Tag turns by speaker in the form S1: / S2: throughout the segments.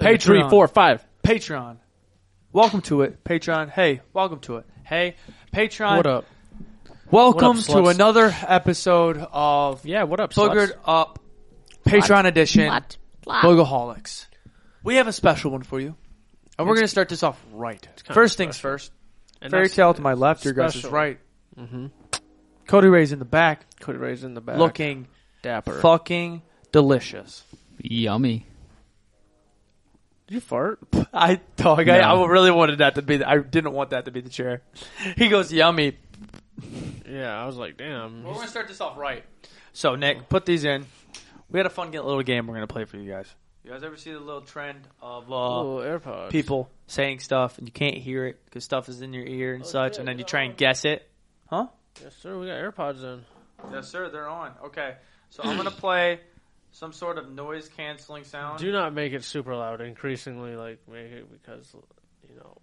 S1: to
S2: Hey, three,
S1: Patreon.
S2: four, five.
S1: Patreon. Welcome to it, Patreon. Hey, welcome to it. Hey,
S3: Uh,
S1: Patreon.
S2: What up?
S1: Welcome
S2: What up,
S1: to
S2: sluts?
S1: another episode of
S2: Yeah, what up,
S1: Boogered
S2: sluts?
S1: Up Patreon Edition
S3: Slut. Slut.
S1: Boogerholics. We have a special one for you, and we're going to start this off right.
S3: kinda
S1: First things first.
S3: And
S1: Fairy
S3: that's
S1: tale to my left, your guys is
S3: special.
S1: right. Cody Ray's Mm-hmm. in the back,
S3: Cody Ray's in the back.
S1: looking
S3: dapper.
S1: fucking delicious.
S4: Yummy.
S3: Did you fart?
S1: I dog, I,
S4: No.
S1: I really wanted that to be. The, I didn't want that to be the chair. He goes, "Yummy."
S3: Yeah, I was like, damn.
S1: We're gonna start this off right. So Nick, put these in. We had a fun get- little game we're gonna play for you guys. You guys ever see the little trend of uh,
S3: Oh, AirPods.
S1: people saying stuff and you can't hear it because stuff is in your ear and such,
S3: yeah,
S1: and then you
S3: they're
S1: try and
S3: on.
S1: guess it? Huh?
S3: Yes, sir. We got AirPods in.
S1: Yes, sir. They're on. Okay, so I'm gonna play some sort of noise canceling sound.
S3: Do not make it super loud. Increasingly, like make it because you know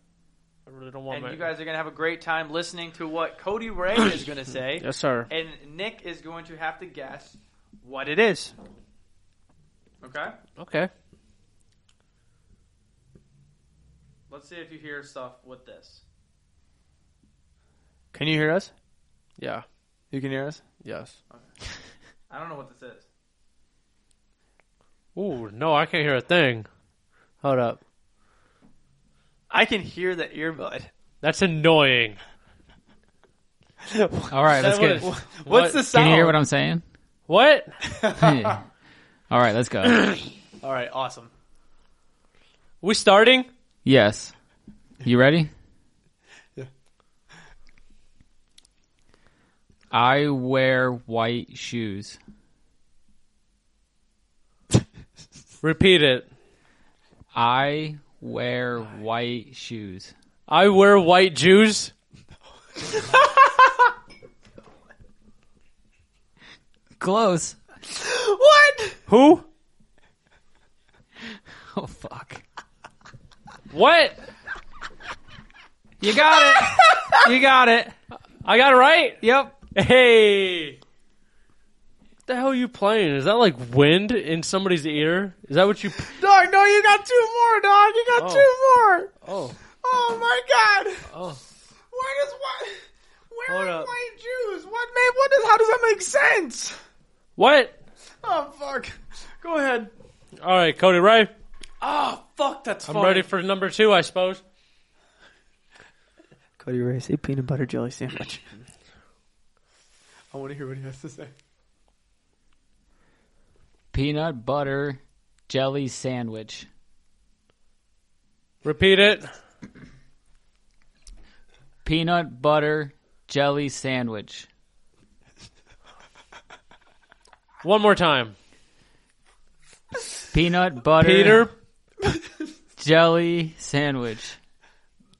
S3: I really don't want
S1: and
S3: my.
S1: you guys are gonna have a great time listening to what Cody Ray is gonna say.
S3: yes, sir.
S1: and Nick is going to have to guess what it is. Okay,
S3: Okay.
S1: let's see if you hear stuff with this. Can you hear us?
S3: Yeah.
S1: You can hear us.
S3: Yes.
S1: I don't know what this is.
S3: Ooh, no, I can't hear a thing. Hold up.
S1: I can hear the earbud.
S3: That's annoying.
S4: All right,
S3: That
S4: let's get.
S3: was-
S1: What's
S3: What?
S1: the
S4: Can
S1: sound?
S4: you hear what I'm saying?
S3: What?
S4: Yeah. All right, let's go.
S1: All right, awesome.
S3: We starting?
S4: Yes. You ready?
S1: Yeah.
S4: I wear white shoes.
S3: Repeat it.
S4: I wear white shoes.
S3: I wear white Jews.
S4: Close.
S1: What?
S3: Who?
S4: Oh fuck.
S3: What?
S4: You got it. you got it.
S3: I got it right.
S4: Yep.
S3: Hey. What the hell are you playing? Is that like wind in somebody's ear? Is that what you?
S1: Dog, no, you got two more, dog. You got two more.
S3: Oh.
S1: Oh my god.
S3: Oh.
S1: Where does what? Where
S3: Hold
S1: are
S3: up.
S1: white Jews? What man? What does? How does that make sense?
S3: What?
S1: Oh fuck. Go ahead.
S3: All right, Cody Ray.
S1: Oh fuck, that's.
S3: I'm ready for number two, I suppose.
S1: Cody Ray, say peanut butter jelly sandwich. I want to hear what he has to say.
S4: Peanut butter jelly sandwich.
S3: Repeat it.
S4: Peanut butter jelly sandwich.
S3: One more time.
S4: Peanut butter
S3: Peter,
S4: jelly sandwich.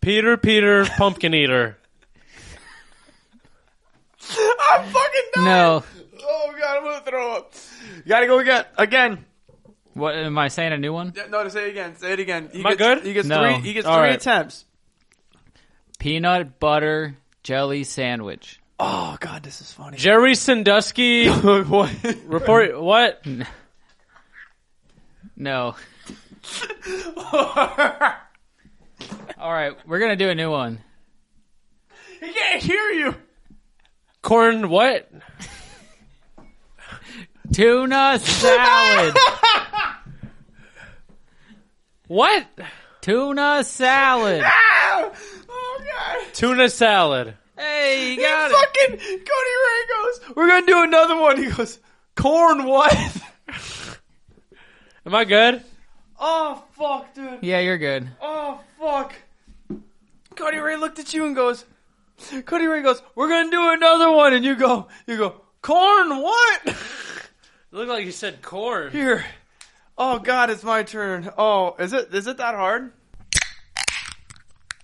S3: Peter, Peter, pumpkin eater.
S1: I'm fucking done.
S4: No.
S1: Oh god, I'm gonna throw up. Gotta go again. Again.
S4: What am I saying a new one?
S1: Yeah, No, to say it again. Say it again. He
S3: Am I
S1: gets,
S3: good?
S1: He gets
S4: No.
S1: three. He gets
S3: All
S1: three
S3: right.
S1: attempts.
S4: Peanut butter jelly sandwich.
S1: Oh god, this is funny.
S3: Jerry Sandusky.
S1: what?
S3: Report what?
S4: No.
S1: Oh,
S4: All right, we're gonna do a new one.
S1: he can't hear you.
S3: Corn what?
S4: Tuna salad.
S3: What?
S4: Tuna salad.
S1: Ah! Oh god.
S3: Tuna salad.
S4: Hey, you
S1: He
S4: got it.
S1: fucking Cody Ray goes. We're gonna do another one. He goes. Corn what?
S3: Am I good?
S1: oh fuck, dude.
S4: Yeah, you're good.
S1: Oh fuck. Cody Ray looked at you and goes. Cody Ray goes. We're gonna do another one, and you go. You go. Corn what?
S3: It looked like you said corn.
S1: Here. Oh God, it's my turn. Oh, is it is it that hard?